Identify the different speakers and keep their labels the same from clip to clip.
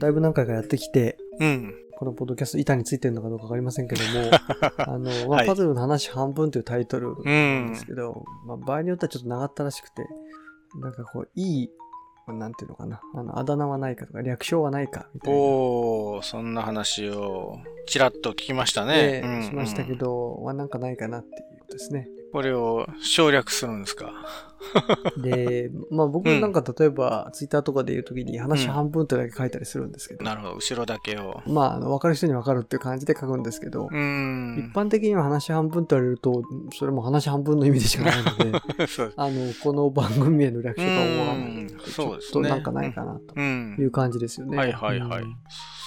Speaker 1: だいぶ何回かやってきて、
Speaker 2: うん。
Speaker 1: このポッドキャスト板についてるのかどうかわかりませんけど も、あの、まあ
Speaker 2: はい
Speaker 1: パズルの話半分というタイトルな
Speaker 2: う
Speaker 1: ん
Speaker 2: ん
Speaker 1: です。けど、まあ、場合によってはちょっと長ったらしくて、なんかこう、いい、まあなんていうのかな、あの、あだ名はないかとか、略称はないか、みたいな。
Speaker 2: おー、そんな話をちらっと聞きました
Speaker 1: で。
Speaker 2: ねうんうん
Speaker 1: しましたけど、はなんかないかなっていうことです ね。
Speaker 2: これを省略するんですか。
Speaker 1: で、まあ僕
Speaker 2: うん
Speaker 1: なんか例えば、ツイッターとかで言うときに話
Speaker 2: うん
Speaker 1: 半分とだけ書いたりするんですけど、
Speaker 2: なるほど、後ろだけを。
Speaker 1: まああの、わかる人にわかるっていう感じで書くんですけど、
Speaker 2: う
Speaker 1: 一
Speaker 2: ん。
Speaker 1: 般的には話半分と言われると、それも話半分の意味でしかないの で、
Speaker 2: そう
Speaker 1: あの、この番組への略称が思わない
Speaker 2: うん
Speaker 1: のでち
Speaker 2: そ
Speaker 1: ょ
Speaker 2: うです
Speaker 1: っ
Speaker 2: ね
Speaker 1: となんかないかなと
Speaker 2: うん
Speaker 1: い。う感じですよね。
Speaker 2: はいはいはい。
Speaker 1: うん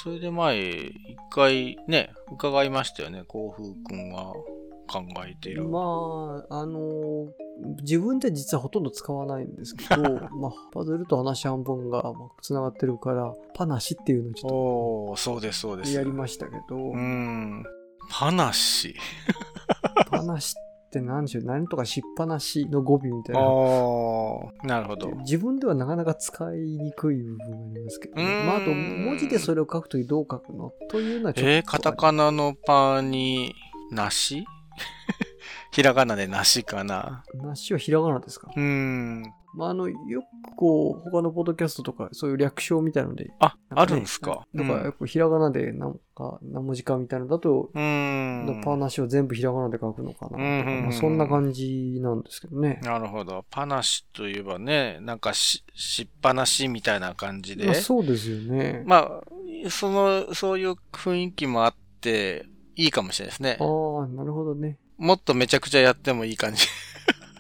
Speaker 2: それで前、一回ね、伺いましたよね、幸風くんは考えている。
Speaker 1: まあ、あの自分で実はほとんど使わないんですけ ど、まあ、パズルと話半分がつながってるから、パナシっていうのをちょ
Speaker 2: おー、そうですそう
Speaker 1: っ
Speaker 2: で
Speaker 1: と
Speaker 2: す。
Speaker 1: やりましたけど
Speaker 2: う、ん。話。
Speaker 1: パナシって何でしょう、何とかしっぱなしの語尾みたい
Speaker 2: あ
Speaker 1: な。
Speaker 2: ー、なるほど。
Speaker 1: 自分ではなかなか使いにくい部分がありますけど、ね、
Speaker 2: うーん
Speaker 1: まあ、あと文字でそれを書くときどう書くのというのはちょっと。
Speaker 2: えー、カタカナのパに、なし ひらがなでなしかな。
Speaker 1: なしはひらがなですか、
Speaker 2: うん。
Speaker 1: まあ、あの、よくこう、他のポッドキャストとか、そういう略称みたいので、
Speaker 2: あ、
Speaker 1: な
Speaker 2: あ
Speaker 1: ね
Speaker 2: るんですか。
Speaker 1: だから、やっぱひらがなで、なんか、何文字かみたいなのだと、
Speaker 2: うん。うん
Speaker 1: パーナシを全部ひらがなで書くのかなとか。
Speaker 2: うんうんうん
Speaker 1: まあそんな感じなんですけどね。
Speaker 2: なるほど。パナシといえばね、なんかし、しっぱなしみたいな感じで。
Speaker 1: まあ、そうですよね。
Speaker 2: まあ、その、そういう雰囲気もあって、いいかもしれないですね
Speaker 1: あ。あ、なるほどね。
Speaker 2: もっとめちゃくちゃやってもいい感じ。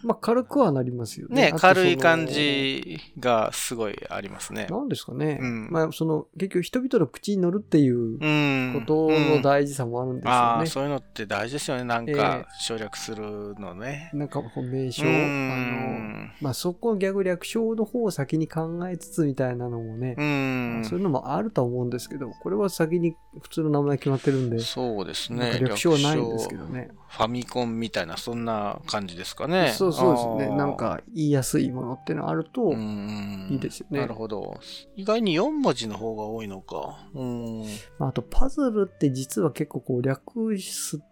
Speaker 1: まあ、軽くはなりますよね。
Speaker 2: ね
Speaker 1: あ、と
Speaker 2: 軽い感。じがすごいありますね
Speaker 1: そ。のなんですかね。
Speaker 2: うん
Speaker 1: まあ、その、結局、人々の口に乗るっていう
Speaker 2: うん。
Speaker 1: ことの大事さもあるんですよね。
Speaker 2: ああ、そういうのって大事ですよね。なん
Speaker 1: ええ
Speaker 2: か、省略するのね。
Speaker 1: なんか、こう、名称、
Speaker 2: う
Speaker 1: あの、
Speaker 2: ん。
Speaker 1: まあ、そこの逆略称の方を先に考えつつみたいなのもね、
Speaker 2: うん。
Speaker 1: そういうのもあると思うんですけど、これは先に普通の名前決まってるんで、
Speaker 2: そうです
Speaker 1: なんか
Speaker 2: ね。
Speaker 1: 略称はないんですけど
Speaker 2: 略
Speaker 1: ね。
Speaker 2: 称ファミコンみたいな、そんな感じですかね。
Speaker 1: そうそうです
Speaker 2: あ
Speaker 1: ね。
Speaker 2: ー
Speaker 1: なん、か言いやすいものっていうのがあると
Speaker 2: うん
Speaker 1: いいですよね。
Speaker 2: なるほど。意外に4文字の方が多いのか。うん。
Speaker 1: まああとパズルって実は結構こう略す、パ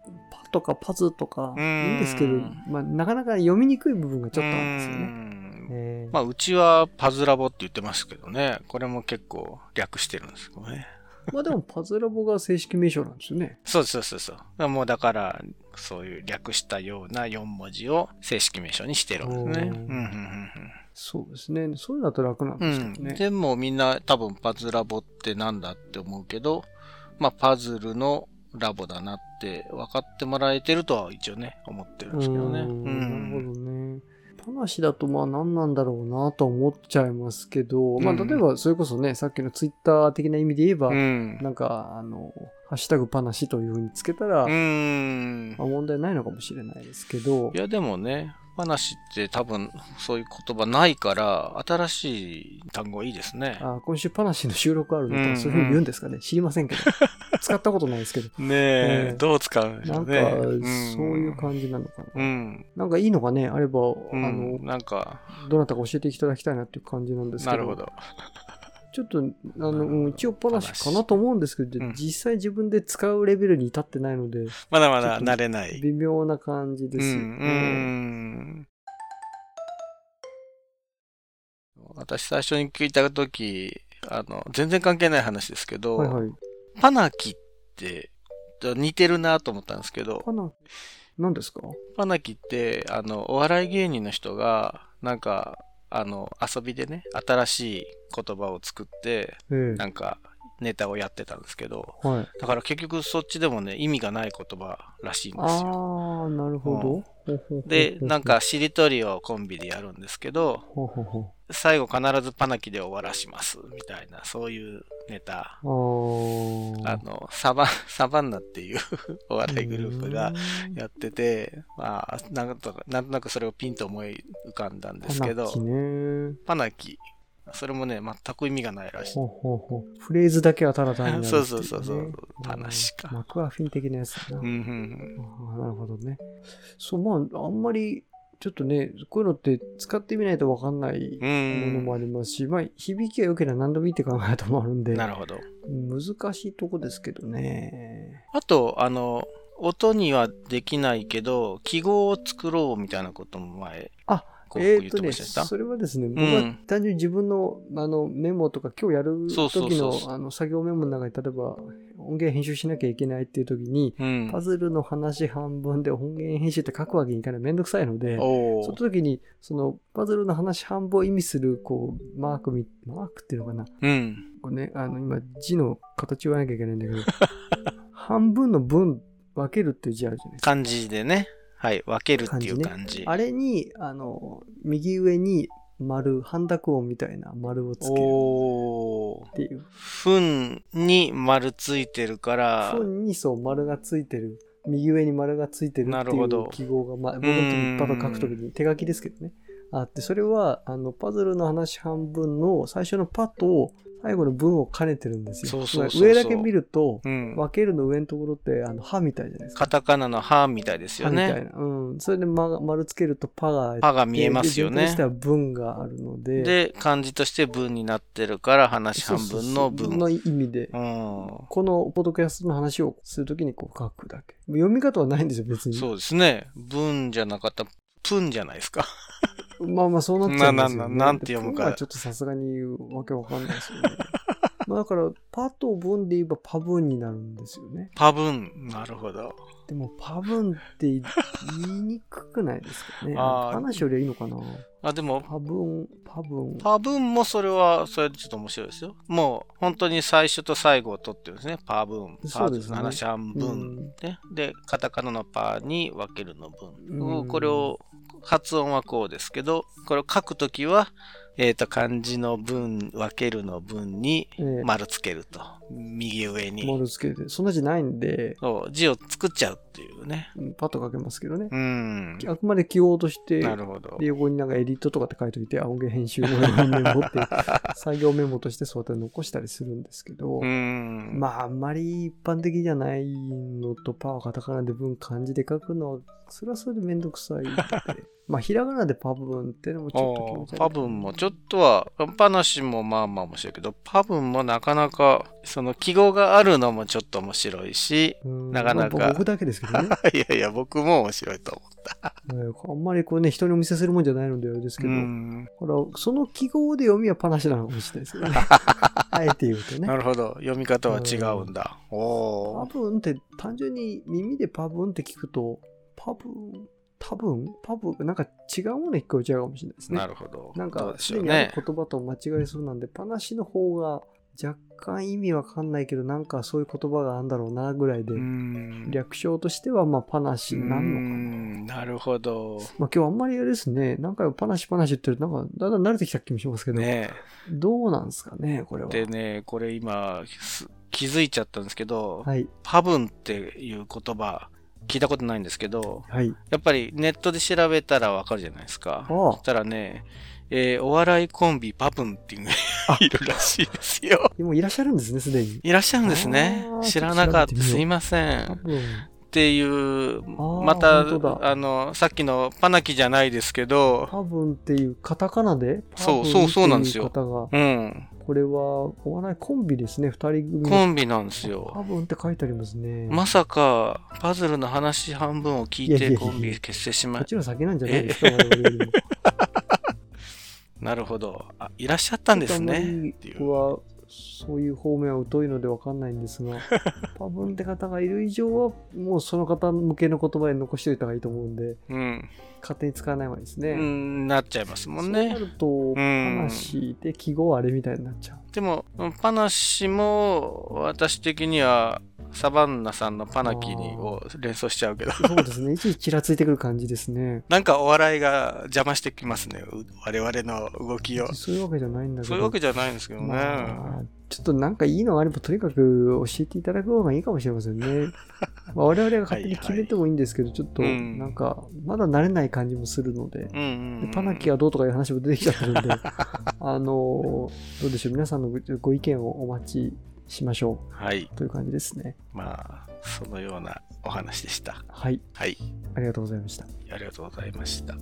Speaker 1: とかパズとかい
Speaker 2: うん
Speaker 1: いんですけど、まあなかなか読みにくい部分がちょっとあるんですよね。
Speaker 2: ね。
Speaker 1: えー
Speaker 2: まあ、うちはパズラボって言ってますけどね。これも結構略してるんですけどね。
Speaker 1: まあでもパズラボが正式名称なんですよね。
Speaker 2: そうそうそうそう。もうだから、そういう略したような4文字を正式名称にしてるんですね。
Speaker 1: おー
Speaker 2: うんうん
Speaker 1: そうですね。そういうのだと楽なん
Speaker 2: うんう
Speaker 1: です
Speaker 2: ん
Speaker 1: けど
Speaker 2: うん。
Speaker 1: ね。
Speaker 2: でもみんな多分パズラボってなんだって思うけど、まあパズルのラボだなって分かってもらえてるとは一応ね、思ってるんですけどね。
Speaker 1: う
Speaker 2: う
Speaker 1: ーん
Speaker 2: ん。
Speaker 1: なるほどね。話だとまあ何なんだろうなとは思っちゃいますけど、まあ
Speaker 2: うん
Speaker 1: 例えばそれこそね、さっきのツイッター的な意味で言えば、
Speaker 2: うん。
Speaker 1: なんかあの、ハッシュタグ話というふうにつけたら、
Speaker 2: う
Speaker 1: ま
Speaker 2: ん。
Speaker 1: あ問題ないのかもしれないですけど
Speaker 2: い、やでもね、話って多分そういう言葉ないから、新しい単語いいですね。
Speaker 1: あ今週話の収録あるの
Speaker 2: う
Speaker 1: と
Speaker 2: ん
Speaker 1: そういうふうに言うんですかね、知りませ んけど。使ったことないですけど。
Speaker 2: ね
Speaker 1: え
Speaker 2: え、どう使うんでし
Speaker 1: な
Speaker 2: ょ
Speaker 1: ん
Speaker 2: う
Speaker 1: か、
Speaker 2: ね。
Speaker 1: そういう感じなのか
Speaker 2: う
Speaker 1: な。
Speaker 2: ん。
Speaker 1: なんかいいのがね、あれば、
Speaker 2: うん
Speaker 1: あの、
Speaker 2: なんか、
Speaker 1: どなたか教えていただきたいなっていう感じなんですけ
Speaker 2: な
Speaker 1: ど。
Speaker 2: るほど。
Speaker 1: ちょっと、あの、うん一応パナシ
Speaker 2: パナシ
Speaker 1: かなと思うんですけど、
Speaker 2: うん
Speaker 1: 実際自分で使うレベルに至ってないので、
Speaker 2: まだまだ慣れない。
Speaker 1: 微妙な感じですよね。
Speaker 2: うんうん私最初に聞いたとき、あの、全然関係ない話ですけど、
Speaker 1: はいはい。
Speaker 2: パナキって似てるなと思ったんですけど、
Speaker 1: パナ、何ですか
Speaker 2: パナキって、あの、お笑い芸人の人が、なんか、あの、遊びでね、新しい言葉を作って、
Speaker 1: え
Speaker 2: なんか、ネタをやってたんですけど、
Speaker 1: え。はい。
Speaker 2: だから結局そっちでもね、意味がない言葉らしいん
Speaker 1: あ
Speaker 2: ですよ。
Speaker 1: ー、なるほど。
Speaker 2: で、なんか、しりとりをコンビでやるんですけど、
Speaker 1: ほうほうほ
Speaker 2: 最後必ずパナキで終わらします、みたいな、そういうネタ。
Speaker 1: う、あ
Speaker 2: あ
Speaker 1: ー。
Speaker 2: の、サバン、サバンナっていう お笑いグループが
Speaker 1: うん、
Speaker 2: やってて、まあ、なんとか、なんとなくそれをピンと思い浮かんだんです
Speaker 1: パ
Speaker 2: け
Speaker 1: ナ
Speaker 2: ど
Speaker 1: キ、ね。
Speaker 2: パナキ、それもね、全く意味がないらしい。
Speaker 1: ほうほうほう。フレーズだけはただ単にあるってい
Speaker 2: そうそうそうそう
Speaker 1: ね
Speaker 2: パナシか
Speaker 1: うんマクアフィン的なやつだな。
Speaker 2: うんうんうん
Speaker 1: あーなるほどね。そう、まあ、あんまりちょっとね、こういうのって使ってみないとわかんないものもあ
Speaker 2: ん。
Speaker 1: りますし、まあ、響きが良ければ何でもいいって考え方もあるんで、
Speaker 2: なるほど。
Speaker 1: 難しいとこですけどね。
Speaker 2: あと、あの、音にはできないけど、記号を作ろうみたいなことも前、
Speaker 1: あ
Speaker 2: こう
Speaker 1: え
Speaker 2: 言
Speaker 1: ー
Speaker 2: っ
Speaker 1: と
Speaker 2: て
Speaker 1: ね、
Speaker 2: ました。
Speaker 1: それはですね、僕
Speaker 2: う
Speaker 1: は
Speaker 2: ん
Speaker 1: 単純に自分のあのメモとか、今日やる
Speaker 2: そうそう
Speaker 1: 時
Speaker 2: そう
Speaker 1: のあの作業メモの中に、例えば音源編集しなきゃいけないっていう時に、
Speaker 2: うん
Speaker 1: パ。ズルの話半分で音源編集って書くわけにいかない、めんどくさいので、
Speaker 2: お
Speaker 1: その
Speaker 2: ー
Speaker 1: 時に、そのパズルの話半分を意味する、こう、マークみ、マークっていうのかな、
Speaker 2: うん。
Speaker 1: こうね、あの、今、字の形を言わなきゃいけないんだけ ど、半分の分分けるっていう字あるじゃないですか。
Speaker 2: 漢字でね。はい。分けるっていう感じ。
Speaker 1: あれに、あの、右上に丸、半濁音みたいな丸をつける
Speaker 2: おー
Speaker 1: っていう。
Speaker 2: ふんに丸ついてるから、
Speaker 1: 本にそう丸がついてる。右上に丸がついてる
Speaker 2: な
Speaker 1: っ
Speaker 2: る
Speaker 1: てい
Speaker 2: ほど
Speaker 1: う記号が、まあ、僕の時にパッと書くときに手書きですけどね。あって、それは、あの、パズルの話半分の最初のパと最後の文を兼ねてるんですよ。
Speaker 2: そうそうそうそう
Speaker 1: 上だけ見ると、
Speaker 2: うん。
Speaker 1: 分けるの上のところって、あの、歯みたいじゃないですか。
Speaker 2: カタカナの歯みたいですよ
Speaker 1: 歯みたい
Speaker 2: ね。
Speaker 1: な。うん。それで、ま、丸つけるとパがあって
Speaker 2: 歯が見えますよ
Speaker 1: で全体とし
Speaker 2: ね
Speaker 1: て。は文があるので。
Speaker 2: で、漢字として文になってるから、話
Speaker 1: そう
Speaker 2: 半
Speaker 1: そうそう、
Speaker 2: 分の文。
Speaker 1: の意味で。
Speaker 2: う
Speaker 1: このポッドキャストの話をするときにこう書くだけ。読み方はないんですよ、別
Speaker 2: ん。
Speaker 1: に。
Speaker 2: そうですね。文じゃなかった。プンじゃないですか。
Speaker 1: まあまあそうなっちゃうんですよ、ね。
Speaker 2: なななんて読む
Speaker 1: で
Speaker 2: か
Speaker 1: 文はちょっとさすがにわけわかんないですよ ね。まあだから、パと文で言えばパ文になるんですよね。
Speaker 2: パ文。なるほど。
Speaker 1: でもパ文って言い言いにくくないですかね。
Speaker 2: あー
Speaker 1: 話よりはいいのかな。
Speaker 2: あ、でも、
Speaker 1: パ文、パ文。
Speaker 2: パ文もそれは、それでちょっと面白いですよ。もう、本当に最初と最後を取ってるんですね。パ文。
Speaker 1: そうですね
Speaker 2: パ話半分。ね、で、カタカナのパに分けるの文。
Speaker 1: うん
Speaker 2: これを、発音はこうですけど、これを書くときは、えっ、と、漢字の文、分けるの文に
Speaker 1: うん。ええ
Speaker 2: 丸つけると。右上に。
Speaker 1: 丸つけて、そんな字ないんで、
Speaker 2: そう、字を作っちゃうっていうね。
Speaker 1: うんパッと書けますけどね。
Speaker 2: うん。
Speaker 1: あくまで記号として、
Speaker 2: なるほど
Speaker 1: で。横になんかエディットとかって書いといて、あ音源編集のメモ って、作業メモとしてそうやって残したりするんですけど、
Speaker 2: うん。
Speaker 1: まああんまり一般的じゃないのと、パはカタカナで文漢字で書くのは、それはそれでめんどくさいので。 まあひらがなでパ文ってのもちょっと気持ち悪い。
Speaker 2: パ文もちょっとは、話もまあまあ面白いけど、パ文もなかなか、その記号があるのもちょっと面白 いし、
Speaker 1: うん
Speaker 2: なかなか
Speaker 1: まあ僕だけですけ どね。
Speaker 2: いやいや、僕も面白いと思
Speaker 1: えーあんまりこうね、人にお見せするもんじゃないのであれですけ
Speaker 2: う。
Speaker 1: ど、
Speaker 2: うん
Speaker 1: ほら、その記号で読みはパなしなのかもしれないですけどね。 あえて言うとね。
Speaker 2: なるほど。読み方は違うんだ。お
Speaker 1: パ
Speaker 2: おー。
Speaker 1: ブンって単純に耳でパブンって聞くと、パブン、多分パブン、なんか違うものに聞こえちゃうかもしれないですね。
Speaker 2: なるほど。
Speaker 1: なん
Speaker 2: ど
Speaker 1: か
Speaker 2: う、でし
Speaker 1: す
Speaker 2: ょ
Speaker 1: で
Speaker 2: う
Speaker 1: にあ
Speaker 2: ね
Speaker 1: る。言葉と間違いそうなんで、パナシの方が若干意味わかんないけど、なんかそういう言葉があるんだろうな、ぐらいで、
Speaker 2: うん
Speaker 1: 略称としては、まあ、パナシになるのかな。
Speaker 2: うんなるほど。
Speaker 1: まあ、今日あんまりあれですね、何回もパナシパナシ言ってると、なんか、だんだん慣れてきた気もしますけど、
Speaker 2: ね
Speaker 1: どうなんですかね、これは。
Speaker 2: でね、これ今、す気づいちゃったんですけど、
Speaker 1: はい、
Speaker 2: パブンっていう言葉、聞いたことないんですけど、
Speaker 1: はい。
Speaker 2: やっぱりネットで調べたらわかるじゃないですか。
Speaker 1: ああ
Speaker 2: そしたらね、えーお笑いコンビパブンっていうのがいるらしいで すよ。
Speaker 1: もういらっしゃるんですね、すでに。
Speaker 2: いらっしゃるんですね
Speaker 1: あ。ー
Speaker 2: 知らなかっ
Speaker 1: ちょっと調べて
Speaker 2: た。
Speaker 1: みよう
Speaker 2: すいません。
Speaker 1: 多
Speaker 2: っ
Speaker 1: 分
Speaker 2: ていう、
Speaker 1: ー
Speaker 2: また、
Speaker 1: 本当だ
Speaker 2: あの、さっきのパナキじゃないですけど、
Speaker 1: パブンっていうカタカナで
Speaker 2: そうそうそうなんですよ
Speaker 1: パブンっていう方が
Speaker 2: うん、
Speaker 1: これはお笑いコンビですね2人組
Speaker 2: コ
Speaker 1: の
Speaker 2: ンビなんですよ。
Speaker 1: パブンって書いてありますね
Speaker 2: まさか、パズルの話半分を聞い
Speaker 1: いやいやい
Speaker 2: て
Speaker 1: や
Speaker 2: コンビ結成し
Speaker 1: こ
Speaker 2: ま
Speaker 1: っ
Speaker 2: い
Speaker 1: ちの先なんじゃないですか我々よりも
Speaker 2: なるほど。あ、いらっしゃったんです
Speaker 1: ちょっとあんま
Speaker 2: ね
Speaker 1: り。
Speaker 2: っていう
Speaker 1: 僕はそういう方面は疎いのでわかんないんです がパブンって方がいる以上はもうその方向けの言葉に残しておいた方がいいと思うんで
Speaker 2: うん。
Speaker 1: 勝手に使わない方がいいですね、
Speaker 2: うんなっちゃいますもん
Speaker 1: そう
Speaker 2: ね。
Speaker 1: なると
Speaker 2: ん
Speaker 1: 話で記号あれみたいになっちゃう
Speaker 2: でも、パナシも、私的には、サバンナさんのパナキに
Speaker 1: あー
Speaker 2: を連想しちゃうけど、
Speaker 1: そうですねいちいちちらついてくる感じですね
Speaker 2: なんかお笑いが邪魔してきますね。う我々の動きを。
Speaker 1: そういうわけじゃないんだけど
Speaker 2: そういうわけじゃないんですけどね。
Speaker 1: まあ、ちょっとなんかいいのがあればとにかく教えていただく方がいいかもしれません ね。まあ我々が勝手に決めてもいいんですけど、ちょっと
Speaker 2: うん
Speaker 1: なんかまだ慣れない感じもするので。
Speaker 2: うんうんう
Speaker 1: で
Speaker 2: ん。
Speaker 1: パナキがどうとかいう話も出てきちゃって るんで、あの、どうでしょう、皆さんのごご意見をお待ちしましょ
Speaker 2: はい。
Speaker 1: うという感じですね。
Speaker 2: まあ、そのようなお話でした。
Speaker 1: はい、
Speaker 2: はい。
Speaker 1: ありがとうございました。
Speaker 2: ありがとうございました。